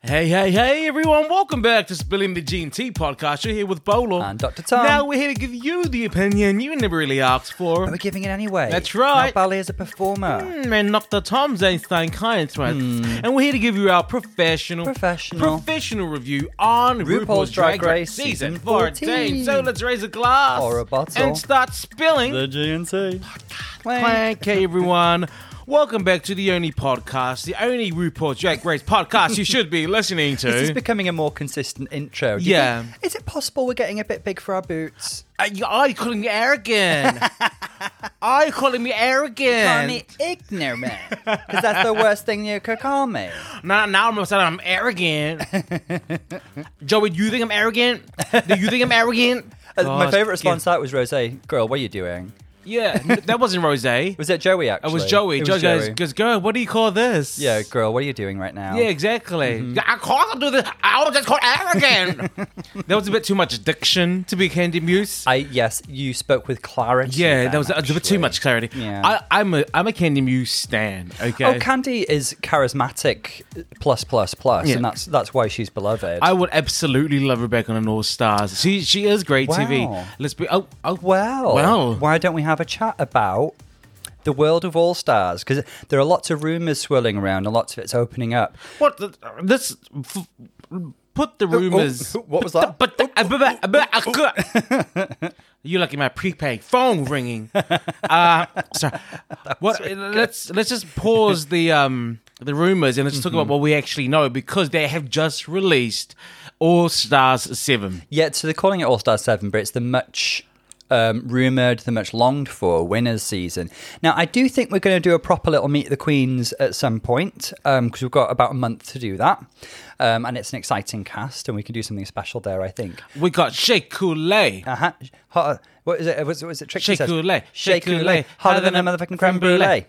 Hey, hey, hey, everyone. Welcome back to Spilling the G&T podcast. You're here with Bolo. And Dr. Tom. Now we're here to give you the opinion you never really asked But for. we're giving it anyway. That's right. Now Bali is a performer. Mm, And Dr. Tom's Einstein Science Rants. And we're here to give you our professional, Hmm. Professional. professional review on RuPaul's, Drag Race Season 14. 14. So let's raise a glass Or a bottle. and start spilling GNC. Clank, hey everyone. Welcome back to the only podcast, the only RuPaul's Drag Race podcast you should be listening to. This is becoming a more consistent intro. Do you Yeah. think- is it possible we're getting a bit big for our boots? I, I calling me arrogant. I calling me Call arrogant. me ignorant. Because that's the worst thing you could call me. now, now I'm saying I'm arrogant. Joey, do you think I'm arrogant? Do you think I'm arrogant? Uh, my Gosh, favourite response to that was Rose, girl, what are you doing? Yeah, yeah, n- that wasn't Rose. It Was it Joey actually? was Joey. It Joey was goes, goes, girl, what do you call this? Yeah, girl, Mm-hmm. what are you doing right now? Yeah, exactly. I call them do this. I was just called arrogant. that was a bit too much diction to be Candy Muse. I yes, you spoke with clarity. yeah, then, that was a bit actually. too much clarity. Yeah. I, I'm a I'm a Candy Muse stan. Okay. Oh, Candy is charismatic plus plus plus, Yeah. and that's that's why she's beloved. I would absolutely love her back on the North Stars. She she is great TV. Wow. Let's be oh oh Well, Well. why don't we have a chat about the world of all stars? Because there are lots of rumors swirling around, and lots of it's opening up. what the, this f- put the rumors. oh, what was that? But you like my prepaid phone ringing. Uh, sorry. What? Let's let's just pause the um the rumors and let's talk Mm-hmm. about what we actually know because they have just released All Stars Seven. Yeah, so they're calling it All Star Seven, but it's the much um, rumored, the much longed for winners season. Now, I do think we're going to do a proper little meet the queens at some point because we've got about a month to do that, um, and it's an exciting cast, and we can do something special there. I think. We got Shea Coulee. Uh-huh. Hot, what is it? Was, was it Trixie? Shea says? Coulee. Shea Coulee. Hotter than a motherfucking creme brulee.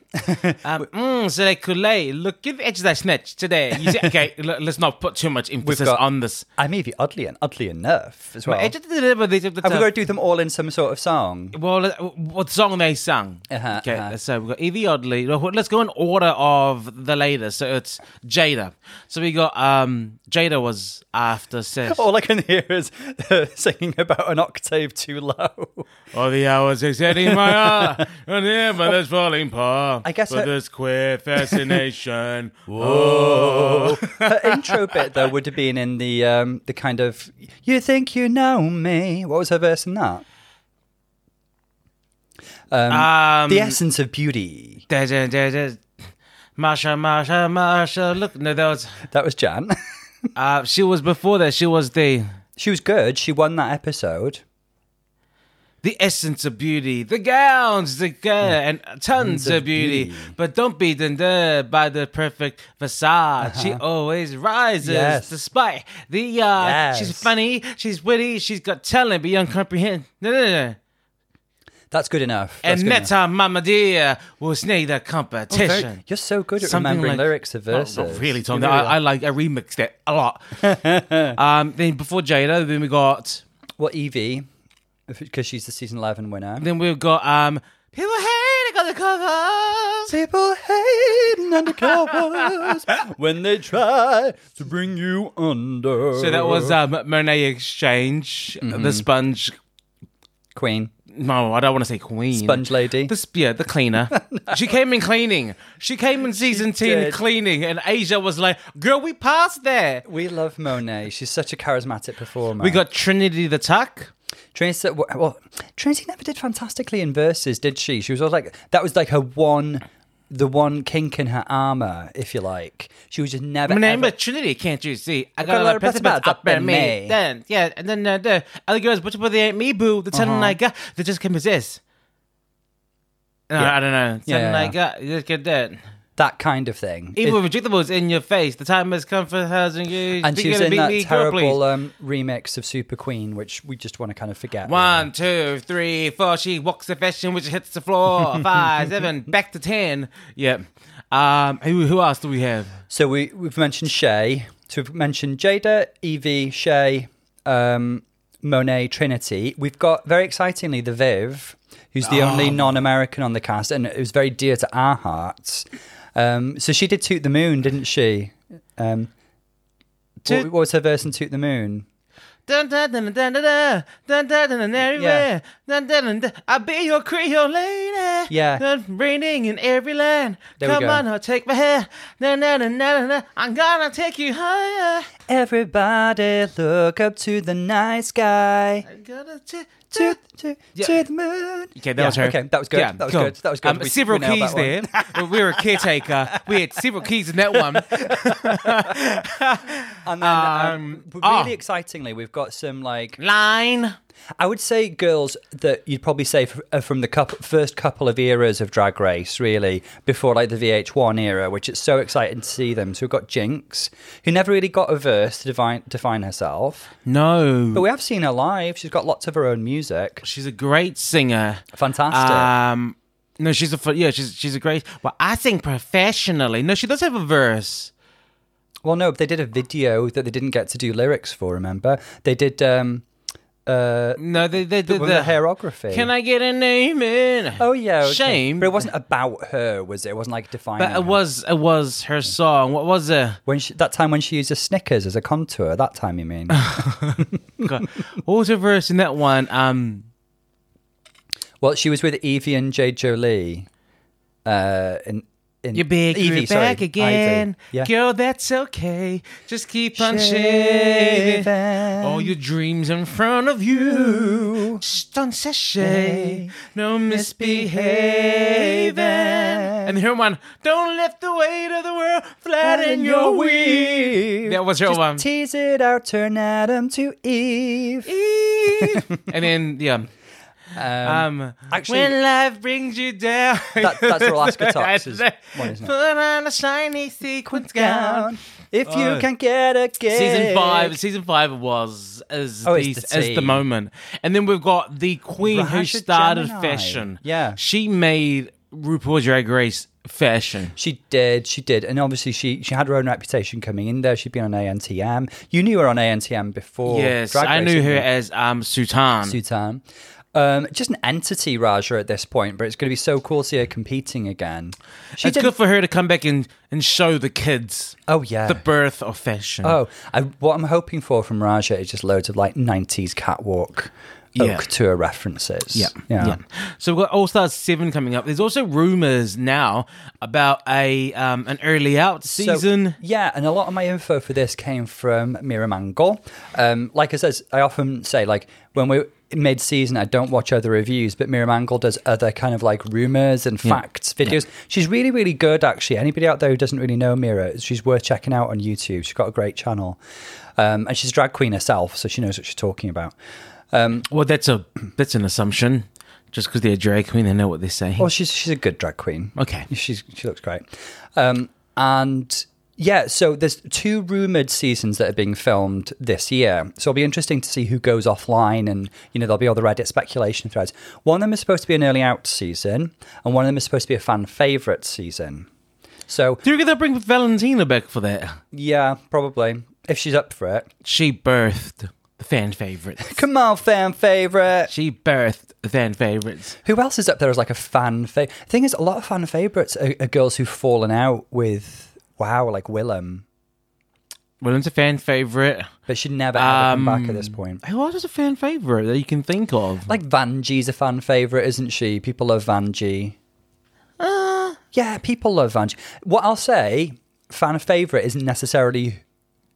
Um, mm, so they could lay. Look at the edge of that snitch today. You see, okay, l- let's not put too much emphasis got- on this. I'm even oddly and oddly enough as well. Edge of the river, they took the Have we got to tub. do them all in some sort of song? well, uh, what song they sung? Uh-huh, okay, uh-huh. so we got Evie Oddly. Well, Let's go in order of the latest. So it's Jada. So we got um Jada was after Sesh. All I can hear is uh, singing about an octave too low. All the hours exceeding my heart, and here by this falling palm. I guess for her- this queer fascination. Her intro bit though would have been in the um, the kind of "You think you know me." What was her verse in that? um, The essence of beauty. Da, da, da, da. Marsha, Marsha, Marsha. Look, no, that was. That was Jan. Uh, she was before that. She was the she was good. She won that episode. the essence of beauty, the gowns, the girl, and tons of, of beauty. beauty. But don't be deterred by the perfect facade. She always rises Uh-huh. Yes. despite the. Uh, She's Yes. funny. She's witty. She's got talent beyond comprehend. No, no, no. That's good enough. That's And good Meta Mama Dear will snake the enough. competition. Very- you're so good at Something like- remembering lyrics of Well, verses. not really, Tom. You I, are. I like I remixed it a lot. um, then before Jada, then we got Well, Evie, because she's the season 11 winner. then we've got um people hate it 'cause the covers. People hating undercovers when they try to bring you under. So that was Oh. um, Monet Exchange, Mm-hmm. the sponge. Queen, No, I don't want to say queen. Sponge Lady. The spear, the cleaner. She came in cleaning. She came in season 10 did. cleaning, and Asia was like, Girl, we passed there. We love Monet. She's such a charismatic performer. We got Trinity the Tuck. Tracy. Well, Tracy never did fantastically in verses, did she? She was always like that was like her one, the one kink in her armor, if you like. She was just never. My name ever- is Trinity, can't you see? I got got, a a lot lot of of pets pets about up up in in me. me. Then, yeah, and then uh, the other girls, but but they ain't me, boo. They're Uh-huh. telling like, uh, they just can possess. No, I don't know. Something Yeah. like, uh, just get that. that kind of thing. It- Even with rejectables in your face, the time has come for housing you. and Speaking she was of in beat that me, girl, please. terrible um, remix of Super Queen, which we just want to kind of forget. One, two, three, four. She walks the fashion, which hits the floor. Five, seven, back to ten. Yep. Um, who, who else do we have? So we we've mentioned Shay. So we've mentioned Jada, Evie, Shay, um, Monet, Trinity. We've got very excitingly the Viv, who's the only non-American on the cast, and it was very dear to our hearts. Um, so she did toot the moon, didn't she? Um, To- what, what was her verse in Toot the Moon? Dun, dun, dun, dun, dun, dun, dun, dun, dun, dun, everywhere. Dun, dun, dun, dun. I'll be your Creole lady. Yeah. Dun, Raining in every land. There we Come go. on, I'll take my hand. Dun, dun, dun, dun, dun, dun. I'm gonna take you higher. Everybody look up to the night sky. I'm gonna take To, to, Yeah. to the moon. Okay, that Yeah, was her. Okay, that was good. Yeah, that was cool. good. That was good. Um, We- several we nailed keys that one. there. we were a caretaker. We had several keys in that one. And Um, then, um, ah. really excitingly, we've got some like Line. I would say girls that you'd probably say f- are from the coup- first couple of eras of Drag Race, really, before like the VH1 era, which it's so exciting to see them. So we've got Jinx, who never really got a verse to define, define herself, but No. we have seen her live. She's got lots of her own music. She's a great singer. Fantastic. Um, no, she's a fu- yeah, she's she's a great. Well, I sing professionally. No, she does have a verse. well, no, they did a video that they didn't get to do lyrics for. Remember, they did um, uh, No, they they the, did the, the hairography. Can I get a name in? Oh yeah, okay. shame. But it wasn't about her, was it? It wasn't like defining. But uh, her. it was it was her song. What was it? When she, that time when she used a Snickers as a contour, that time you mean? God. what was her verse in that one? Um, well, she was with Evie and J. Jolie. Uh, in, in Your big Evie, Evie, sorry, back Ivy. again. Yeah. Girl, that's okay. Just keep on shaving. All your dreams in front of you. Just don't sashay. No misbehaving. And her one, don't let the weight of the world flatten your wings. That was her Just one. Tease it out, turn Adam to Eve. and then, yeah. Um, actually- when life brings you down, That- that's Alaska Tox is one, isn't it? Put on a shiny sequins gown. If Oh. you can get a gig. Season five, season five was is Oh, the, it's the is the tea. moment, and then we've got the queen who Raja started Gemini. fashion. Yeah. she made RuPaul Drag Race fashion. She did, she did, and obviously she she had her own reputation coming in there. She'd been on ANTM. You knew her on ANTM before. yes, Drag I Race, knew didn't her you? as um Sutan. Sutan. Um, just an entity, Raja, at this point, but it's going to be so cool to see her competing again. She it's did. good for her to come back and and show the kids oh yeah. the birth of fashion. oh, I, what I'm hoping for from Raja is just loads of like '90s catwalk, Yeah. yeah. couture references. yeah. yeah. So we've got All Stars Seven coming up. There's also rumors now about a um an early out So- season. yeah, and a lot of my info for this came from Mira Mangle. Um, like I says, I often say like when we're mid season, I don't watch other reviews, but Mira Mangle does other kind of like rumors and facts videos. She's really, really good actually. Anybody out there who doesn't really know Mira, she's worth checking out on YouTube. She's got a great channel. Um, and she's a drag queen herself, so she knows what she's talking about. well, that's a that's an assumption. Just because they're a drag queen, they know what they're saying. Well, she's she's a good drag queen. Okay. she's she looks great. Um, and yeah, so there's two rumored seasons that are being filmed this year. So it'll be interesting to see who goes offline, and you know there'll be all the Reddit speculation threads. One of them is supposed to be an early out season, and one of them is supposed to be a fan favorite season. So Do you reckon they'll bring Valentina back for that? yeah, probably if she's up for it. She birthed the fan favorites. Come on, fan favorite. She birthed the fan favorites. Who else is up there as like a fan favorite? Thing is, a lot of fan favorites are, are girls who've fallen out with wow, like Willem, William's a fan favorite. but should never ever come back at this point. Who else is a fan favorite that you can think of? Like Vanjee's a fan favorite, isn't she? People love Vanjie. yeah, people love Vanjie. What I'll say, fan favorite isn't necessarily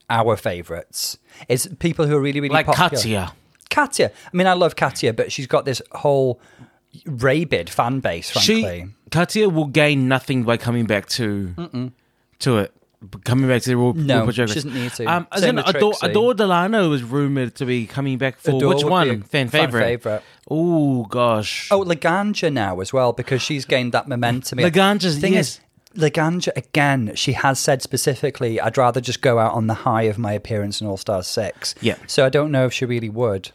our favorites. It's people who are really, really Like popular. Katya. Katya. I mean, I love Katya, but she's got this whole rabid fan base. Frankly, She Katya will gain nothing by coming back to to it. b- Coming back to the Raw No, Raw Drag she Race. doesn't need to. Um, as Same in, with Adore, Trixie. Adore Delano was rumored to be coming back for Adore which would one? be a Fan fan favorite. favourite. Oh gosh. Oh, Laganja now as well because she's gained that momentum. Laganja's- thing yes. is, Laganja again. She has said specifically, "I'd rather just go out on the high of my appearance in All Stars 6. Yeah. So I don't know if she really would.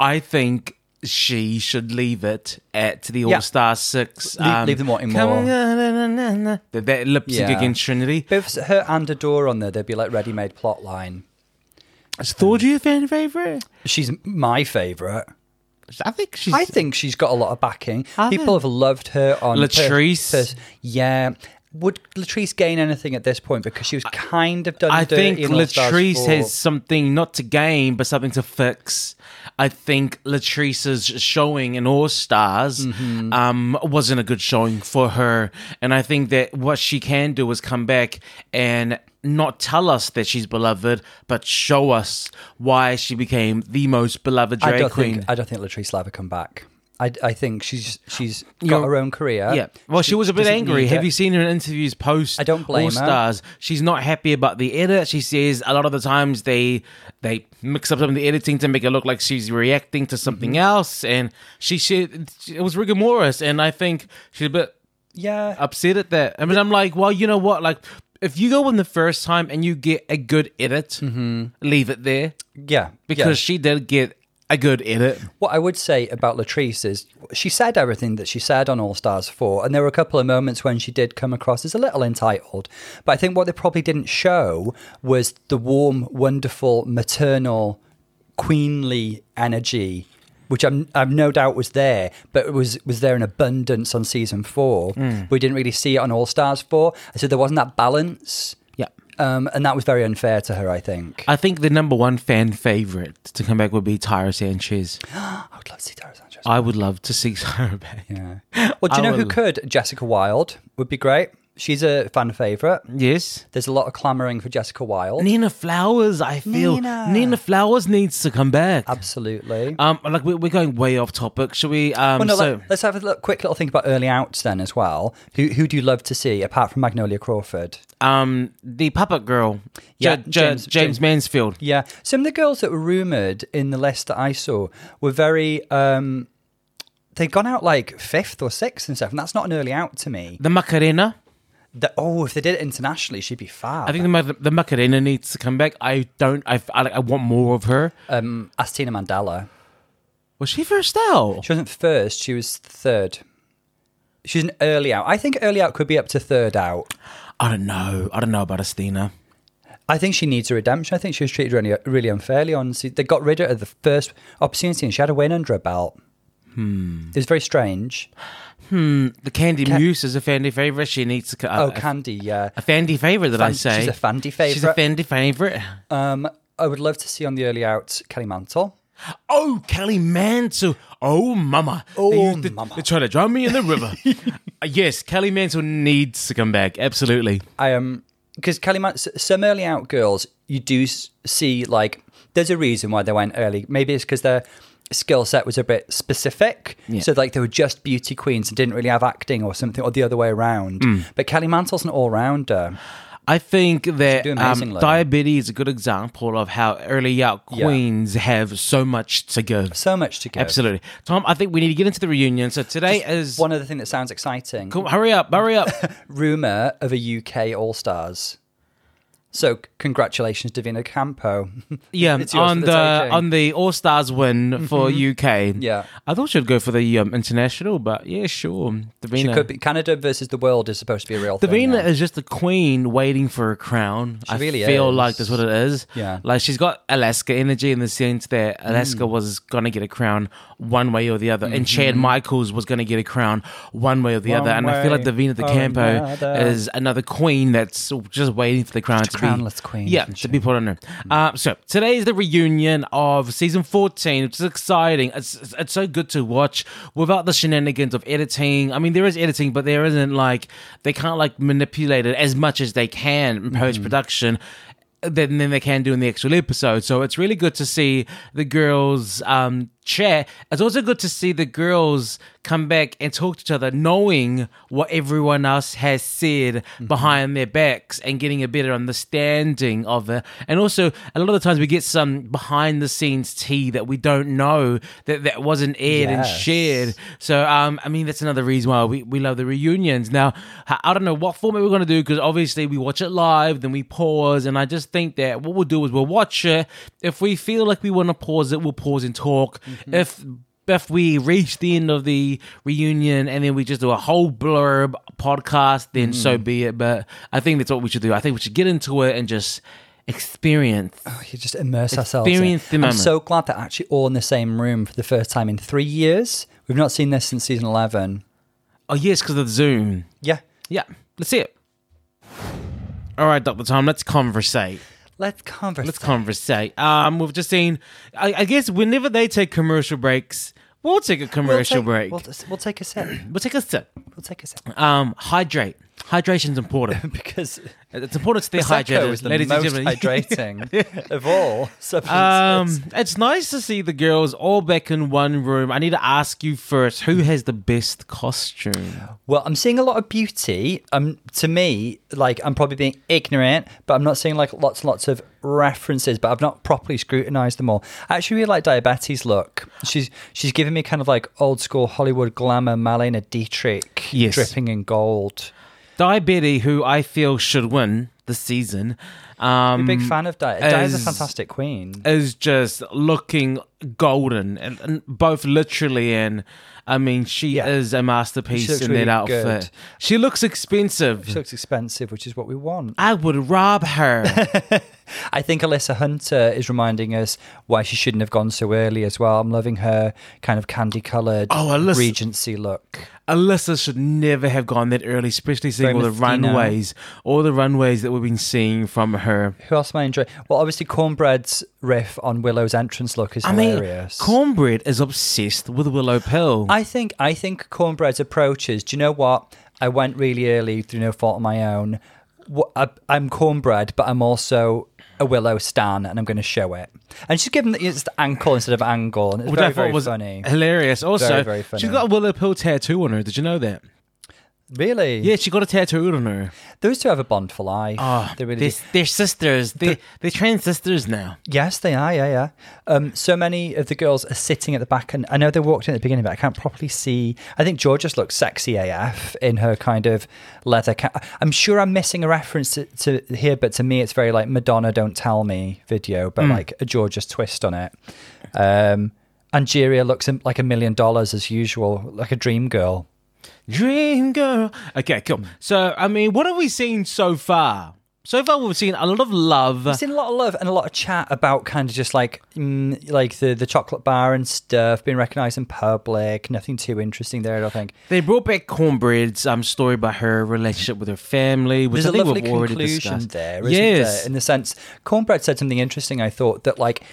I think she should leave it at the All Yeah. Star Six. Um, Leave- leave them wanting come more. na- na- na- na- na. That, that lip sync Yeah. against Trinity. But if her and Adore on there, they'd be like ready-made plot line. Is Thor do you a fan favorite? She's my favorite. I think she's. I think she's got a lot of backing. Have People you? have loved her on Latrice? yeah, Would Latrice gain anything at this point? Because she was kind of done. I think dirty in All-Stars Latrice 4. has something not to gain, but something to fix. I think Latrice's showing in All Stars Mm-hmm. um, wasn't a good showing for her. And I think that what she can do is come back and not tell us that she's beloved, but show us why she became the most beloved drag I don't queen. think I don't think Latrice will ever come back. I, I think she's she's got You're- her own career. Yeah. Well, she, was a bit doesn't angry. need Have it. you seen her in interviews post I don't blame her. All Stars? She's not happy about the edit. She says a lot of the times they they mix up some of the editing to make it look like she's reacting to something Mm-hmm. else, and she, she it was rigor mortis, and I think she's a bit Yeah. upset at that. I mean, I'm like, well, you know what, like. If you go in the first time and you get a good edit, leave it there yeah. because Mm-hmm. yeah. she did get a good edit. What I would say about Latrice is she said everything that she said on All Stars 4, and there were a couple of moments when she did come across as a little entitled. But I think what they probably didn't show was the warm, wonderful, maternal, queenly energy. Which I'm, I've no doubt was there, but it was was there in abundance on season four. We didn't really see it on All Stars four. So there wasn't that balance, Yeah. um, and that was very unfair to her. I think. I think the number one fan favorite to come back would be Tyra Sanchez. I would love to see Tara Sanchez. I would love to see Sarah back. Yeah. Well, do you know who will- could? Jessica Wilde would be great. She's a fan favorite. Yes. There's a lot of clamoring for Jessica Wilde. Nina Flowers, I feel. Nina. Nina, Flowers needs to come back. Absolutely. Um, like we're, we're going way off topic. Should we? Um, well, no, so let, us have a look, quick little think about early outs then as well. Who who do you love to see apart from Magnolia Crawford? um, the puppet girl, Yeah, J- J- James, James- James- Mansfield. Yeah, some of the girls that were rumored in the list that I saw were very. Um, they'd gone out like fifth or sixth and stuff, and that's not an early out to me. The Macarena. That oh, if they did it internationally, she'd be fab. I think the, Ma- the Macarena needs to come back. I don't. I, I, I want more of her. um, ask Tina Mandela. Was she first out? She wasn't first, she was third. She's an early out. I think early out could be up to third out. I don't know. I don't know about Estina. I think she needs a redemption. I think she was treated really, really unfairly on se- They got rid of her at the first opportunity and she had a win under her belt. Hmm. It was very strange. The Candy Muse is a fandy favorite. She needs to. co- Oh, Uh, a, Candy, yeah. a fandy favorite that I Fan- say. she's a fandy She's a favourite. fandy favorite. Um, I would love to see on the early out Kelly Mantle. Oh, Kelly Mantle. Oh, mama. they, Oh, used to- mama. They try to drown me in the river. Uh, yes, Kelly Mantle needs to come back. Absolutely. I um because Kelly Man- s- some early out girls you do s- see like there's a reason why they went early. Maybe it's because their skill set was a bit specific, Yeah. so like they were just beauty queens and didn't really have acting or something, or the other way around. Mm. But Kelly Mantle's an all rounder. I think that doing um, amazingly. diabetes is a good example of how early out Yeah. queens have so much to give. So much to give. Absolutely. Tom, I think we need to get into the reunion. So today is. One other thing that sounds exciting: Cool, hurry up, hurry up. rumor of a UK All Stars. So c- congratulations, Davina Campo. Yeah, It's yours on for the, the taking. Mm-hmm. on the All Stars win for UK. Yeah. I thought she'd go for the um, international, but yeah, sure. Davina. It could be Canada versus the world is supposed to be a real thing. Davina now. is just a queen waiting for a crown. I really feel is. like that's what it is. Yeah. Mm. Like she's got Alaska energy in the sense that Alaska was gonna get a crown one way or the other. And Chad Michaels was gonna get a crown one way or the other. Mm-hmm. One And I feel like way Davina De or Campo another. is another queen that's just waiting for the crown to be crownless queen, Yeah, isn't to be put on her. Uh, so today is the reunion of season fourteen, which is exciting. It's it's it's so good to watch without the shenanigans of editing. I mean, there is editing, but there isn't like they can't like manipulate it as much as they can in post production. Than, than they can do in the actual episode. So it's really good to see the girls um, chat. It's also good to see the girls come back and talk to each other, knowing what everyone else has said behind their backs and getting a better understanding of it. And also, a lot of the times we get some behind the scenes tea that we don't know that, that wasn't aired and Yes. shared. So, um, I mean, that's another reason why we, we love the reunions. Now, I I don't know what format we're going to do because obviously we watch it live, then we pause. And I just think that what we'll do is we'll watch it. If we feel like we want to pause it, we'll pause and talk. If if we reach the end of the reunion and then we just do a whole blurb podcast, then so be it. But I think that's what we should do. I think we should get into it and just experience. You just immerse ourselves. in it. Experience the I'm moment. so glad they're actually all in the same room for the first time in three years. We've not seen this since season eleven. Oh, yes, because of Zoom. Yeah, Yeah, let's see it. All right, Dr. Tom, let's conversate. Let's converse. Let's conversate. Um, we've just seen, I, I guess, whenever they take commercial breaks, we'll take a We'll commercial take- break. We'll, we'll take a sip. we'll take a sip. We'll take a sip. Um, hydrate. Hydration's important. Because It's important to stay Prosecco hydrated, is the ladies most and gentlemen. hydrating of all substances. Um, it's nice to see the girls all back in one room. I need to ask you first, who has the best costume? well, I'm seeing a lot of beauty. Um, to me, like I'm probably being ignorant, but I'm not seeing like lots and lots of references. But I've not properly scrutinized them all. I actually really like Diabetes' look. She's she's giving me kind of like old school Hollywood glamour, Marlena Dietrich, Yes. dripping in gold. Diabetti, who I feel should win this season, um, Big fan of Di. Di's a as- fantastic queen. is just looking golden, and, and both literally and. I mean, she Yeah. is a masterpiece She looks in that really outfit. good. She looks expensive. She looks expensive, which is what we want. I would rob her. I think Alyssa Hunter is reminding us why she shouldn't have gone so early as well. I'm loving her kind of candy coloured Oh, Alyssa- Regency look. Alyssa should never have gone that early, especially seeing Very all the Messina. runways, all the runways that we've been seeing from her. Who else am I enjoying? Well, obviously, Cornbread's riff on Willow's entrance look is I mean, hilarious. Cornbread is obsessed with Willow Pill. I think I think Cornbread's approach is. Do you know what? I went really early through no fault of my own. Wha- I, I'm Cornbread, but I'm also a Willow Stan, and I'm going to show it. And she's given it's the ankle instead of angle, and it's Which I very, thought very was funny. hilarious. Also, Very, very funny. Mm. she's got a Willow Pill tattoo on her. Did you know that? Really? Yeah, she got a tattoo on her. Those two have a bond for life. Oh, they they really are do. they're sisters. They, they're trans sisters now. Yes, they are. Yeah, yeah. Um, so many of the girls are sitting at the back, and I know they walked in at the beginning, but I can't properly see. I think Georgia's looks sexy AF in her kind of leather. Ca- I'm sure I'm missing a reference to, to here, but to me, it's very like Madonna "Don't Tell Me" video, but like a Georgia's twist on it. Um, Angeria looks in- like a million dollars as usual, like a dream girl. Dream girl. Okay, cool. So, I mean, what have we seen so far? So far, we've seen a lot of love. I've seen a lot of love and a lot of chat about kind of just like mm, like the, the chocolate bar and stuff being recognised in public. Nothing too interesting there, I don't think. They brought back Cornbread's um, story about her relationship with her family, which There's a I think lovely we've already conclusion discussed. there, isn't yes. there? In the sense, Cornbread said something interesting. I thought that like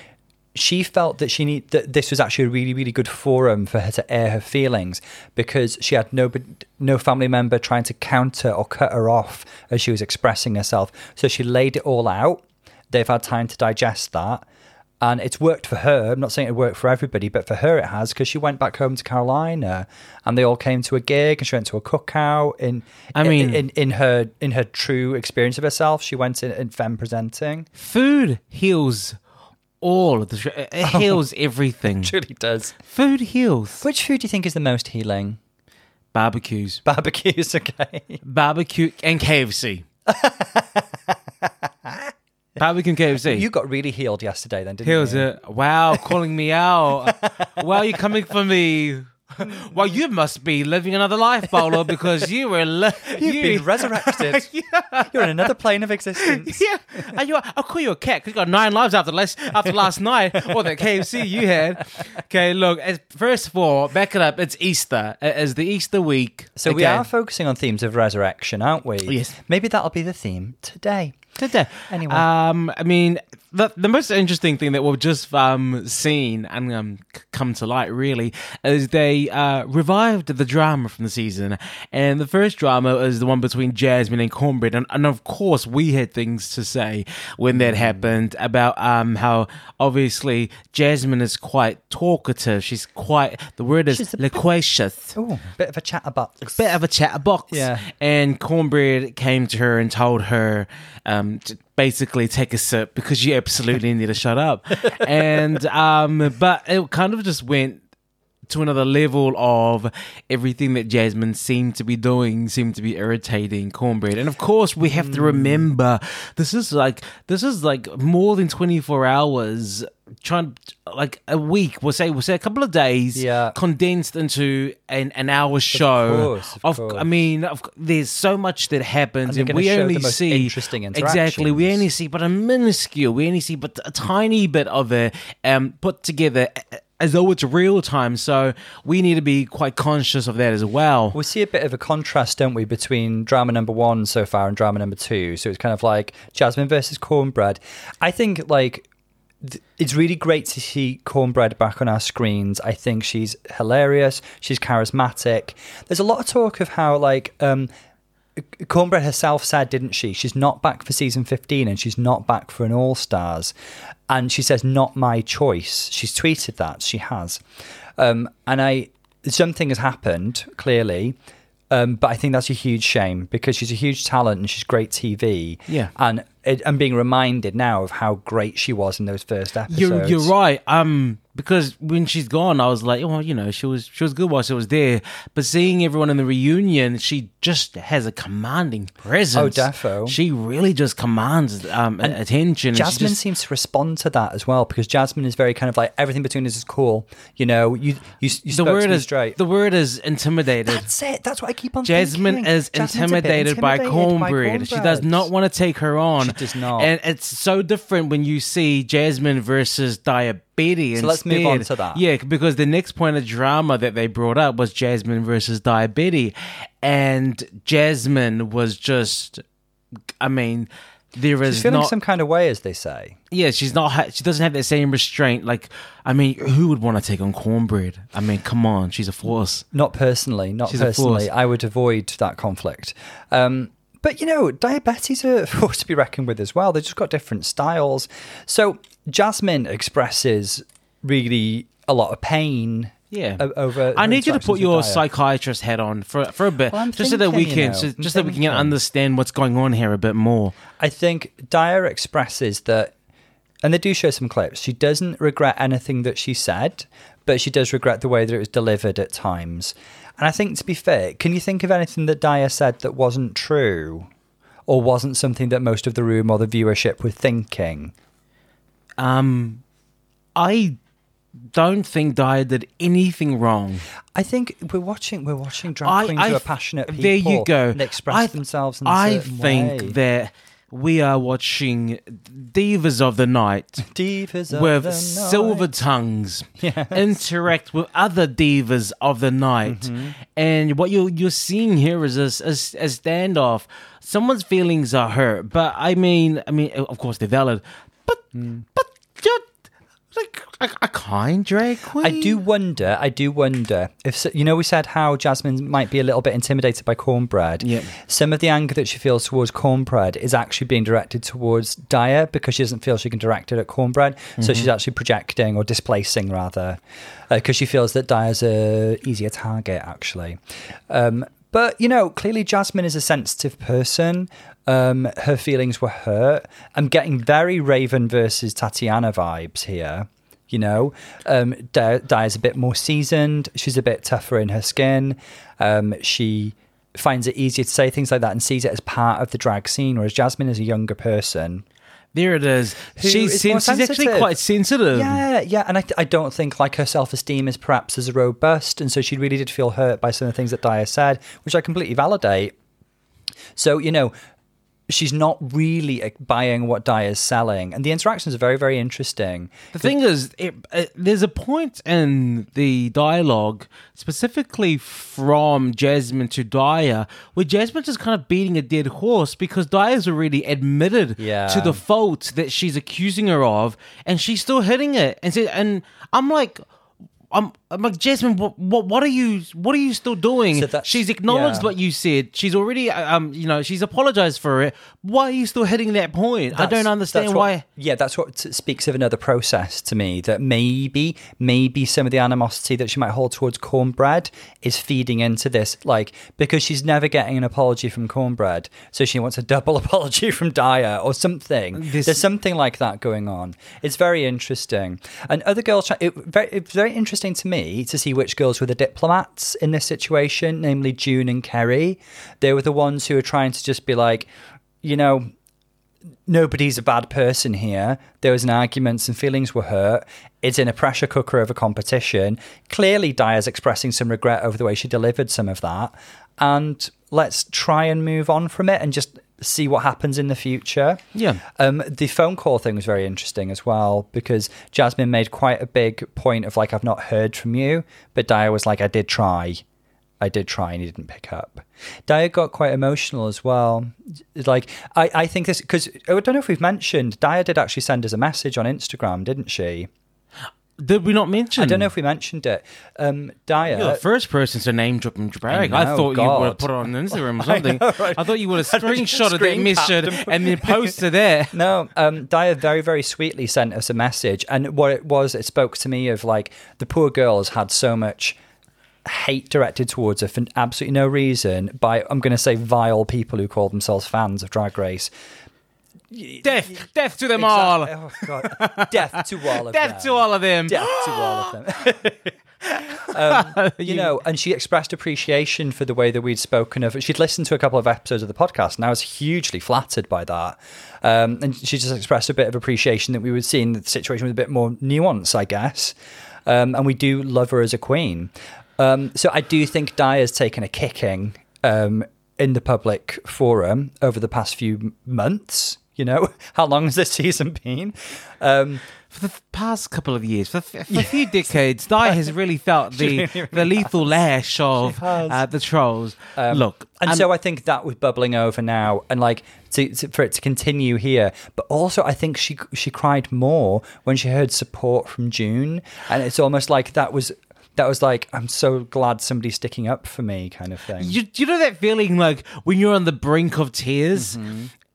she felt that she need that this was actually a really really good forum for her to air her feelings because she had no no family member trying to counter or cut her off as she was expressing herself. So she laid it all out. They've had time to digest that. And it's worked for her. I'm not saying it worked for everybody, but for her it has because she went back home to Carolina, and they all came to a gig, and she went to a cookout. In I mean- in, in her in her true experience of herself, she went in, in femme presenting. Food heals all. Of the, it Oh. heals everything. Truly does. Food heals. Which food do you think is the most healing? Barbecues. Barbecues, okay. Barbecue and KFC. Barbecue and KFC. You got really healed yesterday, then, didn't Heels you? it. Wow, calling me out. wow, you're coming for me. Well, you must be living another life, Bowler, because you were. Li- You've you- been resurrected. You're in another plane of existence. Yeah, Are you, I'll call you a cat 'cause you got nine lives after last after last night or that KFC you had. Okay, look. As, first of all, back it up. It's Easter. It is the Easter week. So we Okay. are focusing on themes of resurrection, aren't we? Yes. Maybe that'll be the theme today. Today. Anyway. Um, I mean, the, the most interesting thing that we've just um, seen and um, c- come to light really is they uh, revived the drama from the season. And the first drama is the one between Jasmine and Cornbread. And, and of course, we had things to say when Mm. that happened about um, how obviously Jasmine is quite talkative. She's quite, the word is She's a bit- loquacious. Oh, bit of a chatterbox. Bit of a chatterbox. Yeah. And Cornbread came to her and told her um, to basically take a sip because you absolutely need to shut up. And um, but it kind of just went to another level of everything that Jasmine seemed to be doing seemed to be irritating Cornbread. And of course, we have to Hmm. remember this is like this is like more than 24 hours trying like a week we'll say we'll say a couple of days Yeah. condensed into an an hour show course, of course. i mean Oh, of, c- there's so much that happens they're and, gonna we show the only most see interesting exactly we interactions. only see but a minuscule we only see but a tiny bit of it um put together a- a- as though it's real time. So we need to be quite conscious of that as well. We see a bit of a contrast, don't we, between drama number one so far and drama number two. So it's kind of like Jasmine versus Cornbread. I think like th- it's really great to see Cornbread back on our screens. I think she's hilarious. She's charismatic. There's a lot of talk of how like um, Cornbread herself said, didn't she? She's not back for season 15 and she's not back for an All Stars. And she says, not my choice. She's tweeted that. She has. Um, and I, something has happened, clearly. Um, but I think that's a huge shame because she's a huge talent and she's great TV. Yeah. And it, I'm being reminded now of how great she was in those first episodes. You're, you're right. Um, because when she's gone, I was like, oh, you know, she was she was good while she was there. But seeing everyone in the reunion, she just has a commanding presence. Oh, defo. She really just commands um a- attention. and she Jasmine just- seems to respond to that as well because Jasmine is very kind of like everything between us is cool. You know, you you, you the spoke to word me is straight. the word is intimidated. That's it. That's what I keep on Jasmine thinking. is Jasmine's a bit intimidated, by intimidated by cornbread. She does cornbreads. not want to take her on. She does not. And it's so different when you see Jasmine versus diabetes. So let's move on instead. to that. Yeah, because the next point of drama that they brought up was Jasmine versus diabetes, and Jasmine was just, I mean. There is She's feeling not some kind of way, as they say. yeah she's not ha- she doesn't have that same restraint like I mean who would want to take on cornbread I mean come on she's a force Not personally. Not She's a personally. force. I would avoid that conflict. Um, but you know, diabetes are a force to be reckoned with as well. They've just got different styles. So Jasmine expresses really a lot of pain. Yeah. o- Over I her need you to interactions put with your diet. psychiatrist hat on for for a bit, Well, I'm just so that we thinking, you can, know, so, I'm just so we can thinking. understand what's going on here a bit more. I think Dyer expresses that, and they do show some clips. She doesn't regret anything that she said, but she does regret the way that it was delivered at times. And I think, to be fair, can you think of anything that Dyer said that wasn't true, or wasn't something that most of the room or the viewership were thinking? I don't think Dyer did anything wrong. I think we're watching we're watching drag I, queens I who are th- passionate people. There you go. They express I- themselves in a I certain think way. that we are watching divas of the night. divas with of the silver tongues interact with other divas of the night Mm-hmm. and what you're you're seeing here is a, s- a s- a standoff someone's feelings are hurt but i mean i mean of course they're valid but Mm. but you're like a, a kind drag queen I do wonder. I do wonder if so- you know. We said how Jasmine might be a little bit intimidated by cornbread. Yeah. Some of the anger that she feels towards cornbread is actually being directed towards Dyer because she doesn't feel she can direct it at cornbread. So she's actually projecting or displacing rather, because she feels that Dyer's a easier target actually. Um, but you know, clearly Jasmine is a sensitive person. Um, her feelings were hurt. I'm getting very Raven versus Tatiana vibes here. You know, um, Di Di's a bit more seasoned. She's a bit tougher in her skin. Um, she finds it easier to say things like that and sees it as part of the drag scene, whereas Jasmine is a younger person. there it is Who she's, is more sen- she's actually sensitive. quite sensitive Yeah, yeah. And I, I don't think like her self esteem is perhaps as robust. And so she really did feel hurt by some of the things that Dia said, which I completely validate. So, you know, she's not really uh, buying what Dia's selling. And the interactions are very, very interesting. The thing is, it, uh there's a point in the dialogue, specifically from Jasmine to Dyer, where Jasmine's just kind of beating a dead horse because Dyer's already admitted Yeah. to the fault that she's accusing her of, and she's still hitting it. And so, and I'm like. I'm, I'm like Jasmine. What, what what are you what are you still doing? So that's- she's acknowledged yeah. what you said. She's already uh, um you know she's apologized for it. Why are you still hitting that point? I That's- don't understand that's what- why. yeah, that's what t- speaks of another process to me. That maybe, maybe some of the animosity that she might hold towards Cornbread is feeding into this. Like because she's never getting an apology from Cornbread, so she wants a double apology from Dyer or something. This- There's something like that going on. It's very interesting. And other girls, try- it, very, it's very interesting to me to see which girls were the diplomats in this situation, namely June and Kerry. They were the ones who were trying to just be like, you know nobody's a bad person here. There was an argument, some feelings were hurt. It's in a pressure cooker of a competition. Clearly, Dyer's expressing some regret over the way she delivered some of that. And let's try and move on from it and just see what happens in the future. Yeah. Um, the phone call thing was very interesting as well because Jasmine made quite a big point of like, I've not heard from you, but Dyer was like, I did try. I did try and he didn't pick up. Dyer got quite emotional as well. Like, I, I think this, because I don't know if we've mentioned, Dyer did actually send us a message on Instagram, didn't she? Did we not mention? I don't know if we mentioned it. Um, Dyer. Hmm. You're the first person to name drop and brag. I, know, thought you would have God. put it on Instagram or something. I, know, right? thought you would have screenshotted that screen capped message and- and then posted there. No, um, Dyer very, very sweetly sent us a message. And what it was, it spoke to me of like the poor girl has had so much hate directed towards her for absolutely no reason by, I'm going to say, vile people who call themselves fans of Drag Race. Death, death to them all. Oh, God. Death to all of them. Death to all of them. Death to all of them. Um, you know, and she expressed appreciation for the way that we'd spoken of it. She'd listened to a couple of episodes of the podcast, and I was hugely flattered by that. Um, and she just expressed a bit of appreciation that we would see in the situation with a bit more nuance, I guess. Um, and we do love her as a queen. Um, so I do think Dyer's taken a kicking um, in the public forum over the past few m- months. You know, how long has this season been? Um, For the f- past couple of years, for, f- for a few decades, Di has really felt the the lethal lash of uh, the trolls. Look, And um, so I think that was bubbling over now, and like to, to, for it to continue here. But also, I think she she cried more when she heard support from June, and it's almost like that was that was like I'm so glad somebody's sticking up for me, kind of thing. you, you know that feeling like when you're on the brink of tears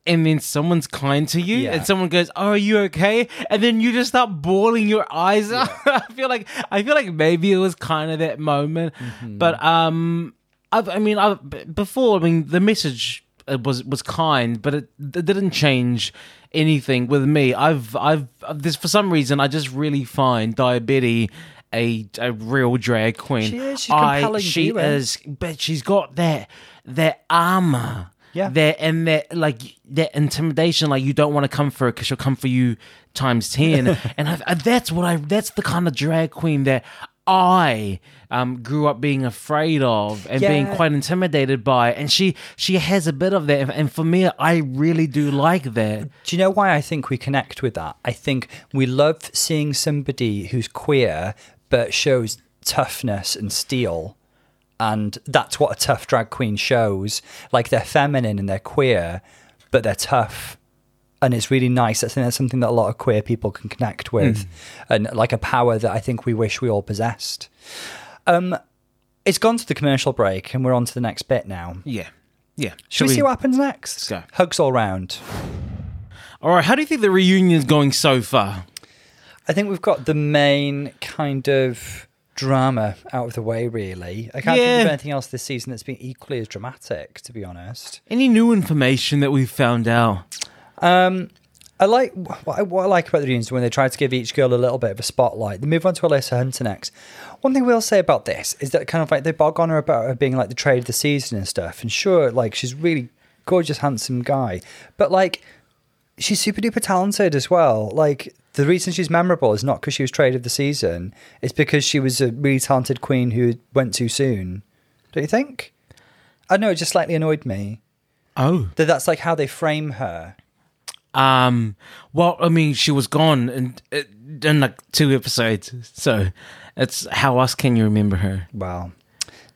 and then someone's kind to you Mm-hmm. Yeah. and someone goes oh, are you okay and then you just start bawling your eyes out i feel like i feel like maybe it was kind of that moment Mm-hmm. but um I've, i mean I've, b- before i mean the message uh, was was kind but it, it didn't change anything with me i've i've this for some reason i just really find diabetes a, a real drag queen She is, she's I, compelling she viewing. is but she's got that that armor. Yeah. That and that like that intimidation, like you don't want to come for her because she'll come for you times ten, and I, I, that's what I. That's the kind of drag queen that I um, grew up being afraid of and being Yeah. quite intimidated by, and she she has a bit of that, and, and for me, I really do like that. Do you know why I think we connect with that? I think we love seeing somebody who's queer but shows toughness and steel. And that's what a tough drag queen shows. Like they're feminine and they're queer, but they're tough. And it's really nice. I think that's something that a lot of queer people can connect with, Hmm. and like a power that I think we wish we all possessed. Um, it's gone to the commercial break, and we're on to the next bit now. Yeah, yeah. Should we, see what happens Let's next? go. Hugs all round. All right. How do you think the reunion's going so far? I think we've got the main kind of drama out of the way, really. I can't think Yeah. of anything else this season that's been equally as dramatic, to be honest. Any new information that we've found out? Um, I like what I, what I like about the reunions is when they try to give each girl a little bit of a spotlight. They move on to Alyssa Hunter next. One thing we'll say about this is that kind of like they bog on her about her being like the trade of the season and stuff. And sure, like she's really gorgeous, handsome guy, but like she's super duper talented as well. Like the reason she's memorable is not because she was trade of the season; it's because she was a really talented queen who went too soon. Don't you think? I know it just slightly annoyed me Oh, that that's like how they frame her. Um, well, I mean, she was gone and in, in like two episodes, so it's how else can you remember her? Well,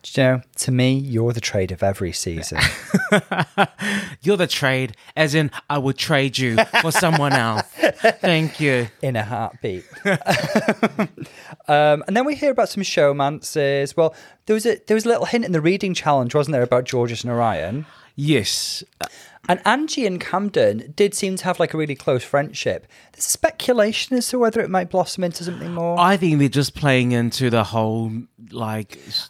do you know, to me, you're the trade of every season. You're the trade, as in I would trade you for someone else. Thank you. in a heartbeat. um, and then we hear about some showmances. Well, there was a there was a little hint in the reading challenge, wasn't there, about Georges and Orion? Yes, And Angie and Camden did seem to have like a really close friendship. There's speculation as to whether it might blossom into something more. I think they're just playing into the whole like s-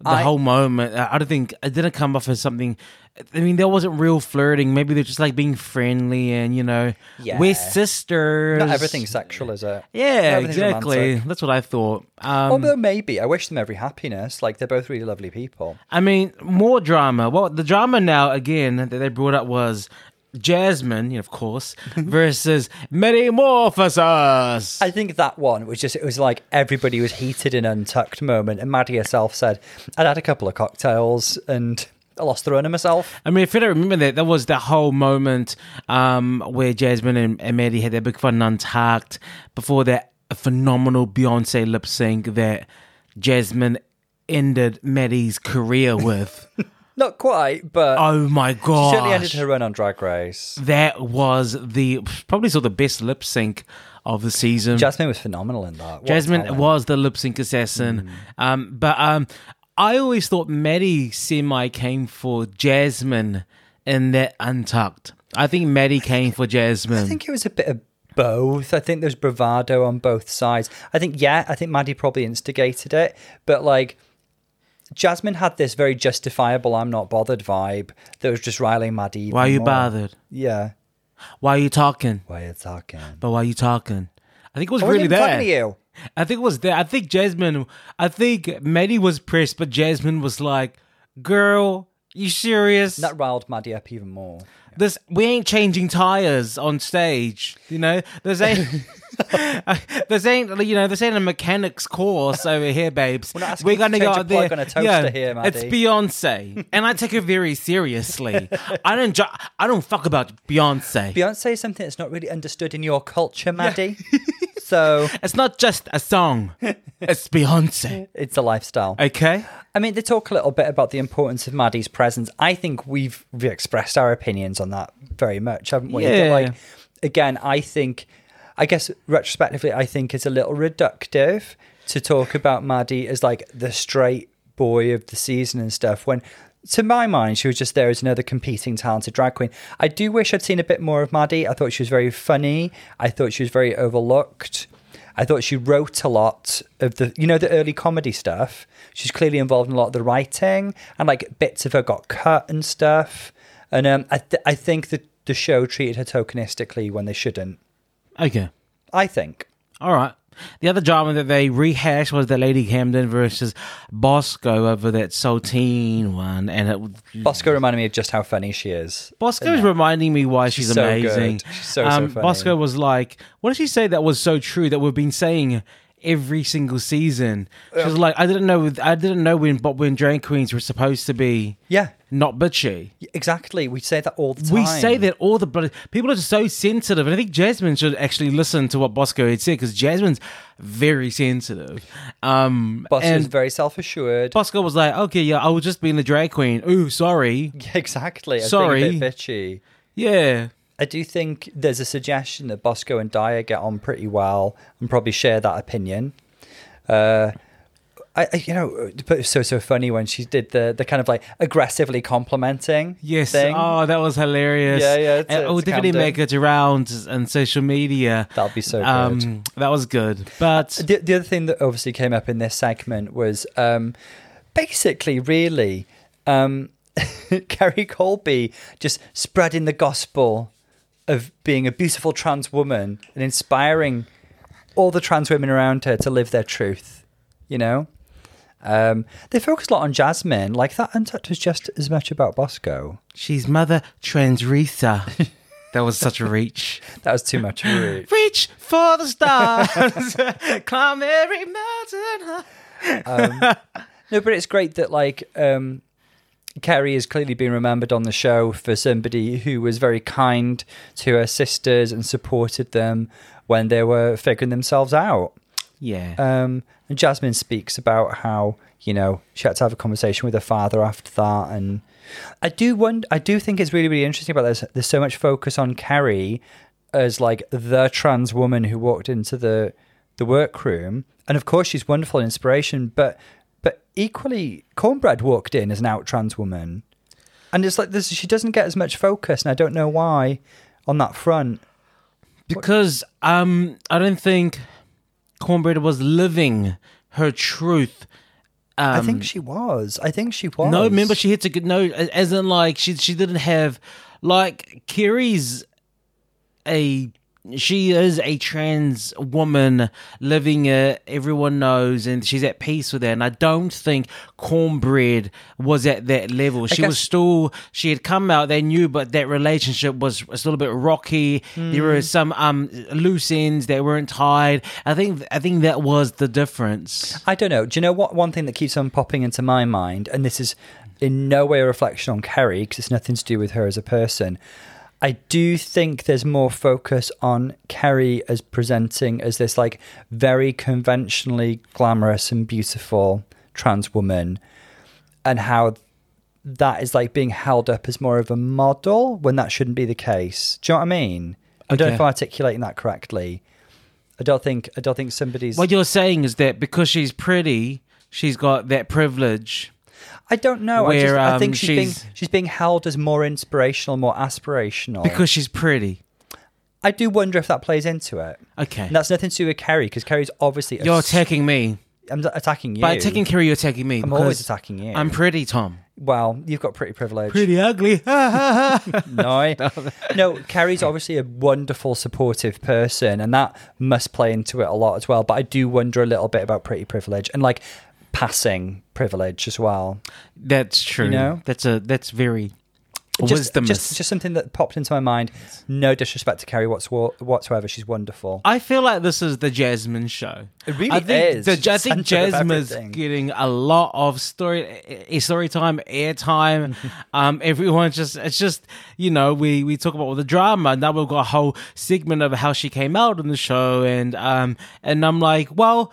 the I- whole moment. I I don't think it didn't come off as something. I mean, there wasn't real flirting. Maybe they're just like being friendly and you know, Yeah. we're sisters. Not everything's sexual, is it? Not Yeah, everything's exactly. romantic. That's what I thought. Um, Although maybe I wish them every happiness. Like they're both really lovely people. I mean, more drama. Well, the drama now again that they brought up was Jasmine, you know, of course, versus Metamorphosis. I think that one was just, it was like everybody was heated in untucked moment. And Maddie herself said, I'd had a couple of cocktails and I lost the run of myself. I mean, if you don't remember that, there was that whole moment um, where Jasmine and, and Maddie had their big fun untucked before that phenomenal Beyonce lip sync that Jasmine ended Maddie's career with. Not quite, but oh my she certainly ended god! her run on Drag Race. That was the probably saw the best lip sync of the season. Jasmine was phenomenal in that. What Jasmine talent. Mm. was the lip sync assassin. Um, but um, I always thought Maddie semi came for Jasmine in that untucked. I think Maddie came for Jasmine. I think it was a bit of both. I think there's bravado on both sides. I think, yeah, I think Maddie probably instigated it, but like Jasmine had this very justifiable I'm not bothered vibe that was just riling Maddie. even why are you more. bothered? Yeah. Why are you talking? Why are you talking? I But why are you talking? I think it was wasn't really even talking that. to you. I think it was that. I think Jasmine. I think Maddie was pressed, but Jasmine was like, "Girl, you serious? That riled Maddie up even more. This we ain't changing tires on stage. You know, this ain't." this ain't, you know, this ain't a mechanics course over here, babes. We're, not asking you to change a plug on a toaster here, Maddie. It's Beyonce, and I take her very seriously. I don't, ju- I don't fuck about Beyonce. Beyonce is something that's not really understood in your culture, Maddie. so It's not just a song. It's Beyonce. it's a lifestyle. Okay. I mean, they talk a little bit about the importance of Maddie's presence. I think we've, we expressed our opinions on that very much, haven't we? That, Yeah. Like, again, I think, I guess retrospectively, I think it's a little reductive to talk about Maddie as like the straight boy of the season and stuff when. To my mind, she was just there as another competing talented drag queen. I do wish I'd seen a bit more of Maddie. I thought she was very funny. I thought she was very overlooked. I thought she wrote a lot of the, you know, the early comedy stuff. She's clearly involved in a lot of the writing, and like bits of her got cut and stuff. And um, I, th- I think that the show treated her tokenistically when they shouldn't. Okay. I think. All right. The other drama that they rehashed was the Lady Camden versus Bosco over that Saltine one, and it, Bosco reminded me of just how funny she is. Bosco is reminding me why she's, She's so amazing. Um, good. She's so, so funny. Bosco was like, "What did she say that was so true that we've been saying every single season?" She was like, "I didn't know. I didn't know when but when drag queens were supposed to be Yeah, not bitchy." exactly. We say that all the time. We say that all the bloody people are just so sensitive, and I think Jasmine should actually listen to what Bosco had said because Jasmine's very sensitive. Um, Bosco's and very self assured. Bosco was like, "Okay, yeah, I was just being a drag queen. Ooh, sorry, exactly. I think A Sorry. bit bitchy. yeah." I do think there's a suggestion that Bosco and Dyer get on pretty well and probably share that opinion. Uh, I, I, you know, but it's so so funny when she did the the kind of like aggressively complimenting. Yes. thing. Oh, that was hilarious. Yeah, yeah, it's- And it it's will definitely Camden. make it around on social media. Um, That'd be so good. Uh, that was good. But The, the other thing that obviously came up in this segment was um, basically, really, um, Carrie Colby just spreading the gospel of being a beautiful trans woman and inspiring all the trans women around her to live their truth, you know? Um, they focus a lot on Jasmine. Like, that Untucked was just as much about Bosco. she's mother Transresa. that was such a reach. That was too much of a route. Reach for the stars. Climb every mountain. high. No, but it's great that like um Kerry is clearly being remembered on the show for somebody who was very kind to her sisters and supported them when they were figuring themselves out. Yeah. Um, and Jasmine speaks about how you know she had to have a conversation with her father after that, and I do wonder. I do think it's really really interesting about this. There's so much focus on Carrie as like the trans woman who walked into the the workroom, and of course she's wonderful and inspiration, but but equally Cornbread walked in as an out trans woman, and it's like this. She doesn't get as much focus, and I don't know why on that front. because um, I don't think Cornbread was living her truth. I think she was. I think she was. Um, No, remember she hits a good no, as in like she she didn't have like Kerry's a she is a trans woman living it. Everyone knows, and she's at peace with that. And I don't think Cornbread was at that level. She was guess- still she had come out. They knew, but that relationship was was a little bit rocky. There were some um loose ends that weren't tied. I think I think that was the difference. I don't know. Do you know what one thing that keeps on popping into my mind? And this is in no way a reflection on Kerry because it's nothing to do with her as a person. I do think there's more focus on Kerry as presenting as this like very conventionally glamorous and beautiful trans woman and how that is like being held up as more of a model when that shouldn't be the case. Do you know what I mean? I don't know Okay. if I'm articulating that correctly. I don't think I don't think somebody's What you're saying is that because she's pretty, she's got that privilege. I don't know. I, Where, just, I um, think she's, she's- being she's being held as more inspirational, more aspirational. Because she's pretty. I do wonder if that plays into it. Okay. And that's nothing to do with Kerry because Kerry's obviously a you're s- attacking me. I'm not attacking you. By taking care, you're attacking me. I'm always because attacking you. I'm pretty, Tom. well, you've got pretty privilege. ugly. no, no. Carrie's obviously a wonderful, supportive person, and that must play into it a lot as well. But I do wonder a little bit about pretty privilege and like passing privilege as well. that's true. You know? That's a that's very Just, wisdom. just, just something that popped into my mind. No disrespect to Carrie whatsoever. whatsoever. She's wonderful. I feel like this is the Jasmine show. It really I think is. the- She's I think centre of Jasmine's everything. getting a lot of story, eh, story time, airtime. um, everyone just it's just you know we we talk about all the drama. Now we've got a whole segment of how she came out in the show, and um, and I'm like, well.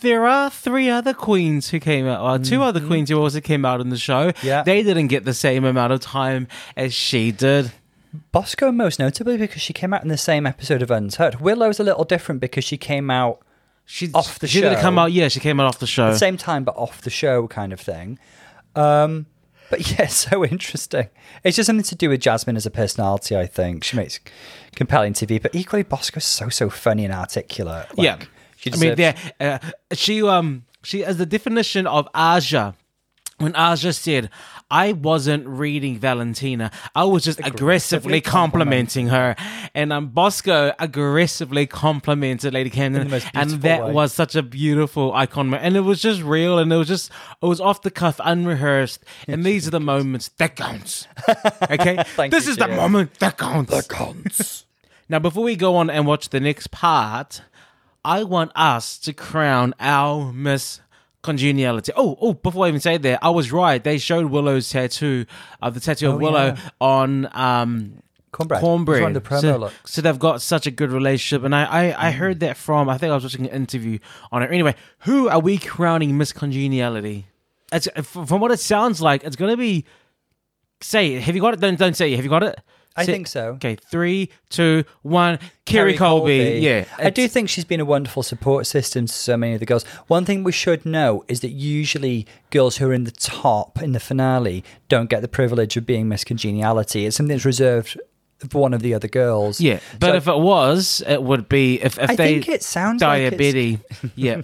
There are three other queens who came out, or 2 other queens who also came out in the show. Mm-hmm. Yeah. They didn't get the same amount of time as she did. Bosco most notably because she came out in the same episode of Untucked. Willow's a little different because she came out She, Off the she didn't show. come out, yeah, she came out off the show. same time but off the show kind of thing. Um, but yeah, it's so interesting. It's just something to do with Jasmine as a personality. I think she makes compelling TV, but equally Bosco's so so funny and articulate. Like, yeah, she I mean, deserves- yeah, uh, she um she is the definition of Aja. When Aja said, "I wasn't reading Valentina, I was just aggressively, Aggressively complimenting her," and um, Bosco aggressively complimented Lady In Camden, the most and beautiful that way. was such a beautiful icon, mo- and it was just real, and it was just it was off the cuff, unrehearsed, and these are the moments that counts. Okay, Thank this you, is the Gio. moment that counts. Now, before we go on and watch the next part, I want us to crown our Miss Congeniality. Oh, oh! Before I even say that, I was right. They showed Willow's tattoo, uh, the tattoo of Willow on um, cornbread. cornbread. It's one of the promo so, looks. so they've got such a good relationship, and I, I, I heard that from. I think I was watching an interview on it. Anyway, who are we crowning Miss Congeniality? It's, uh, f- from what it sounds like, it's going to be. Say, it. have you got it? Don't don't say. it. Have you got it? I Say- think so. Okay, three, two, one. Kerry, Colby. Yeah, I do think she's been a wonderful support system to so many of the girls. One thing we should know is that usually girls who are in the top in the finale don't get the privilege of being Miss Congeniality. It's something that's reserved for one of the other girls. Yeah, but if it was, it would be if, if I they think it sounds like it's- diabetes. yeah,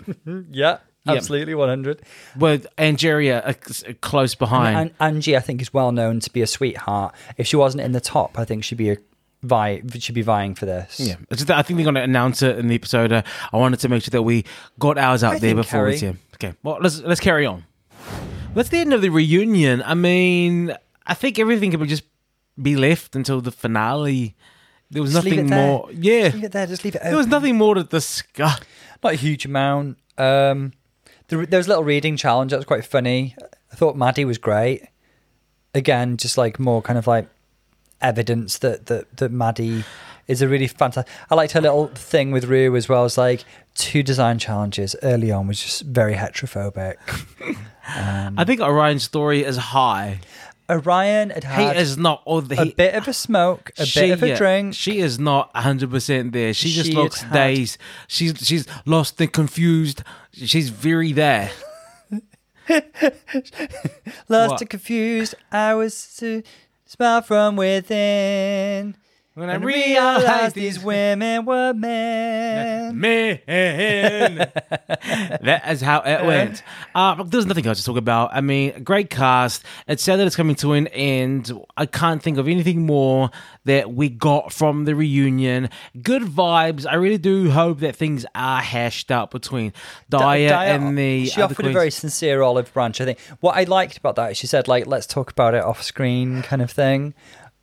yeah, absolutely, one hundred. with Angeria uh, c- uh, close behind. And Angie, I think, is well known to be a sweetheart. If she wasn't in the top, I think she'd be a vi- she'd be vying for this. yeah, It's just that I think they're going to announce it in the episode. Uh, I wanted to make sure that we got ours out I there think before it's Carrie. here. Okay, well let's let's carry on. That's the end of the reunion. I mean, I think everything could just be left until the finale. There was Just leave nothing it there. more. Just leave Yeah, it there. Just leave it. there was open. nothing more to discuss. not a huge amount. Um, there, there was a little reading challenge that was quite funny. I thought Maddie was great. Again, just like more kind of like evidence that that that Maddie is a really fantastic. I liked her little thing with Rue as well. It's like two design challenges early on was just very heterophobic. I think Orion's story is high. Orion had He had is not all the a he, bit of a smoke, a bit of a yeah, drink. She is not hundred percent there. She just She looks had- dazed. She's she's lost and confused. She's very there. Lost What? and confused, I was to smile from within. When And I realized these women were men. men, that is how it went. Uh, but there's nothing else to talk about. I mean, great cast. It's sad that it's coming to an end. I can't think of anything more that we got from the reunion. Good vibes. I really do hope that things are hashed out between Daya, uh, and the she other offered a queens. very sincere olive branch. I think what I liked about that is she said like let's talk about it off screen kind of thing,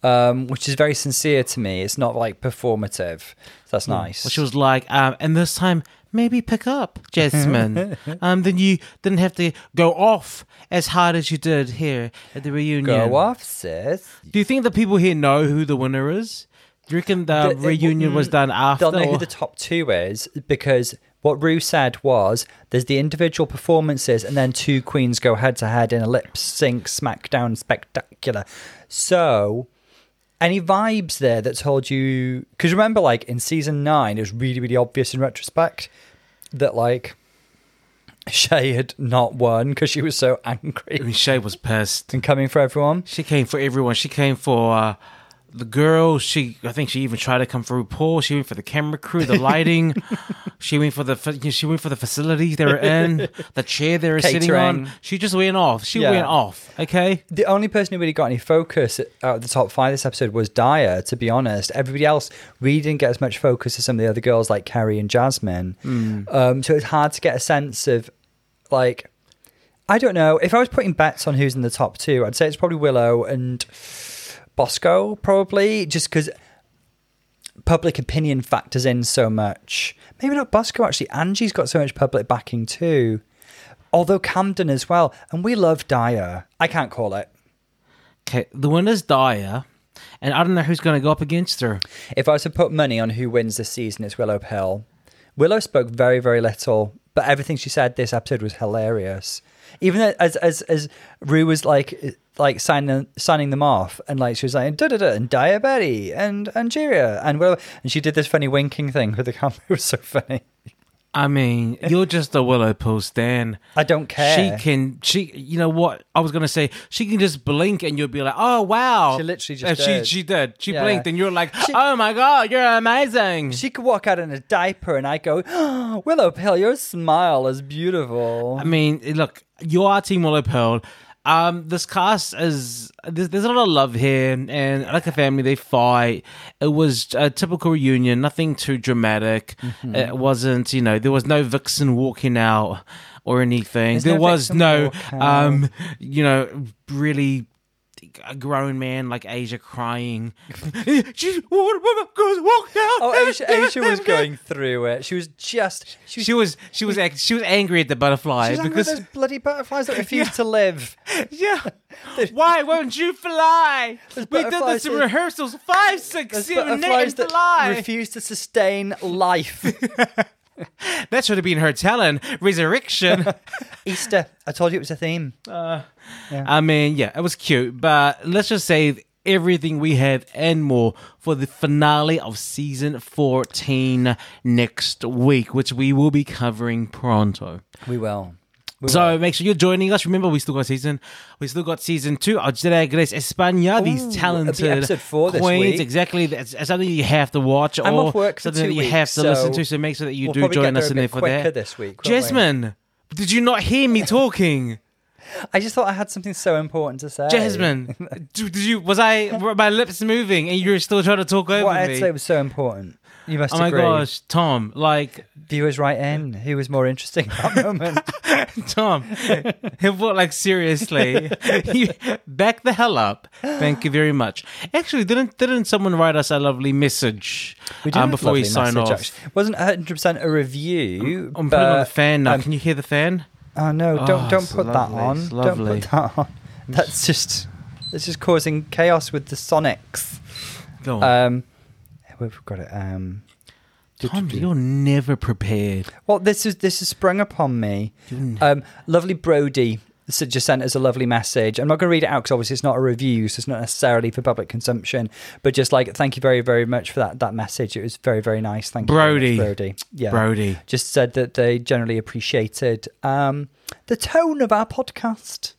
um, which is very sincere to me. It's not like performative. So that's nice. Well, she was like, um, and this time maybe pick up Jasmine. um, then you didn't have to go off as hard as you did here at the reunion. Go off, sis. Do you think the people here know who the winner is? Do you reckon the, The- reunion was done after? They'll know who or- the top two is because what Rue said was there's the individual performances and then two queens go head to head in a lip sync smackdown spectacular. So any vibes there that told you because remember like in season nine it was really really obvious in retrospect that like Shay had not won because she was so I mean, angry Shay was pissed. and coming for everyone. She came for everyone. She came for uh, the girls. She, I think, she even tried to come for RuPaul. She went for the camera crew, the lighting. she went for the, fa- she went for the facilities they were in, the chair they were sitting on. Catering. She just went off. She Yeah. went off. Okay. the only person who really got any focus out of the top five this episode was Dyer, to be honest. Everybody else really didn't get as much focus as some of the other girls like Carrie and Jasmine. Um, so it's hard to get a sense of, like, I don't know. If I was putting bets on who's in the top two, I'd say it's probably Willow and Bosco, probably, just because public opinion factors in so much. Maybe not Bosco, actually. Angie's got so much public backing too. Although Camden as well. And we love Dyer. I can't call it. Okay. The winner's Dyer, and I don't know who's going to go up against her. If I was to put money on who wins this season, it's Willow Pill. Willow spoke very, very little, but everything she said this episode was hilarious. Even though- as as as Rue was like like signing signing them off, and like she was like da da da and Diabeti and Angeria and Willow, and she did this funny winking thing with the camera. It was so funny. I mean, you're just a willow pill stan. I don't care. She can, she, you know what? I was gonna say she can just blink and you'll be like, oh wow. She literally just And did. She she did. She Yeah. blinked and you're like, She- oh my god, you're amazing. She could walk out in a diaper, and I go, oh, Willow Pill, your smile is beautiful. I mean, look, you are Team Willow Pearl. Um, this cast is there's, there's a lot of love here, and like a family, they fight. It was a typical reunion, nothing too dramatic. Mm-hmm. It wasn't, you know, there was no vixen walking out or anything. There's there no was vixen no, walk out. um, you know, really a grown man like Asia crying. she, what, what, girls walked out. Oh, Aisha, Aisha was going through it. She was just she was She was she was act- she was angry at the butterfly She's angry with because those bloody butterflies that refuse to live. Yeah. Why won't you fly? We did butterflies this in that- rehearsals. Five, six, Those seven, butterflies eight, that and fly. refuse to sustain life. that should have been her talent. Resurrection. Easter. I told you it was a theme. I mean, yeah, it was cute, but let's just say everything we have and more for the finale of season 14 next week, which we will be covering pronto. We will. We will. So make sure you're joining us. Remember, we still got season, we still got season two. Algeria Grace España. Ooh, These it'll be talented episode four this queens, week. exactly. That's, that's something you have to watch or off work for something two that you have weeks, to listen so to. So make sure that you we'll do probably get join there us a in bit there for quicker that. this week, won't we? Jasmine, did you not hear me talking? I just thought I had something so important to say. Jasmine, d- did you? Was I? Were my lips moving, and you were still trying to talk over What I had me? to say was so important. You must oh my agree. gosh, Tom! Like Viewers write in. Who was more interesting at that moment? Tom, it was like seriously, you, back the hell up. Thank you very much. Actually, didn't didn't someone write us a lovely message We did um, have before we lovely sign message, off? actually. Wasn't 100% a review. I'm but, putting on the fan now. um, Can you hear the fan? Oh no! Don't Oh, don't it's put lovely, that on. it's Don't lovely. put that on. That's just that's just causing chaos with the Sonics. Go on, Um, we've got it. Um, do- do- Tom. do. You're never prepared. well, this is this is sprung upon me. Um, lovely Brody s- just sent us a lovely message. I'm not going to read it out because obviously it's not a review, so it's not necessarily for public consumption. But just like thank you very very much for that that message. It was very very nice. Thank Brody. you, very much, Brody. Yeah, Brody. just said that they generally appreciated um, the tone of our podcast.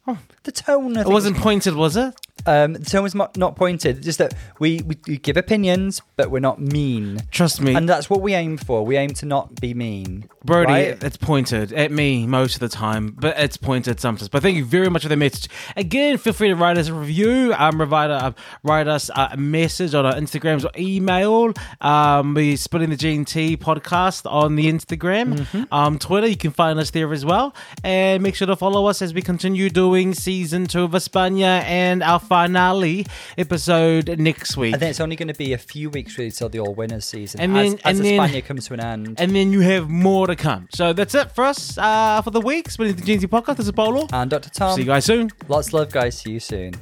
The tone. Oh, I It think, wasn't pointed, was it? Um, the tone was mo- not pointed. Just that we, we we give opinions, but we're not mean, Trust me, and that's what we aim for. We aim to not be mean. Brody, uh, right? it's pointed at me most of the time, but it's pointed sometimes. But thank you very much for the message. Again, feel free to write us a review, um, write, uh, write us a message on our Instagrams or email. Um, we Spilling the GNT podcast on the Instagram, um, Twitter. You can find us there as well. and make sure to follow us as we continue doing season two of Espana and our finale episode next week. And then it's only going to be a few weeks really till the all winners season. And as, then- as and then- Espana comes to an end. And then you have more to come. So that's it for us uh, for the week. Spinning the Gen Z podcast. This is Polo. And Dr. Tom, See you guys soon. lots of love, guys. See you soon.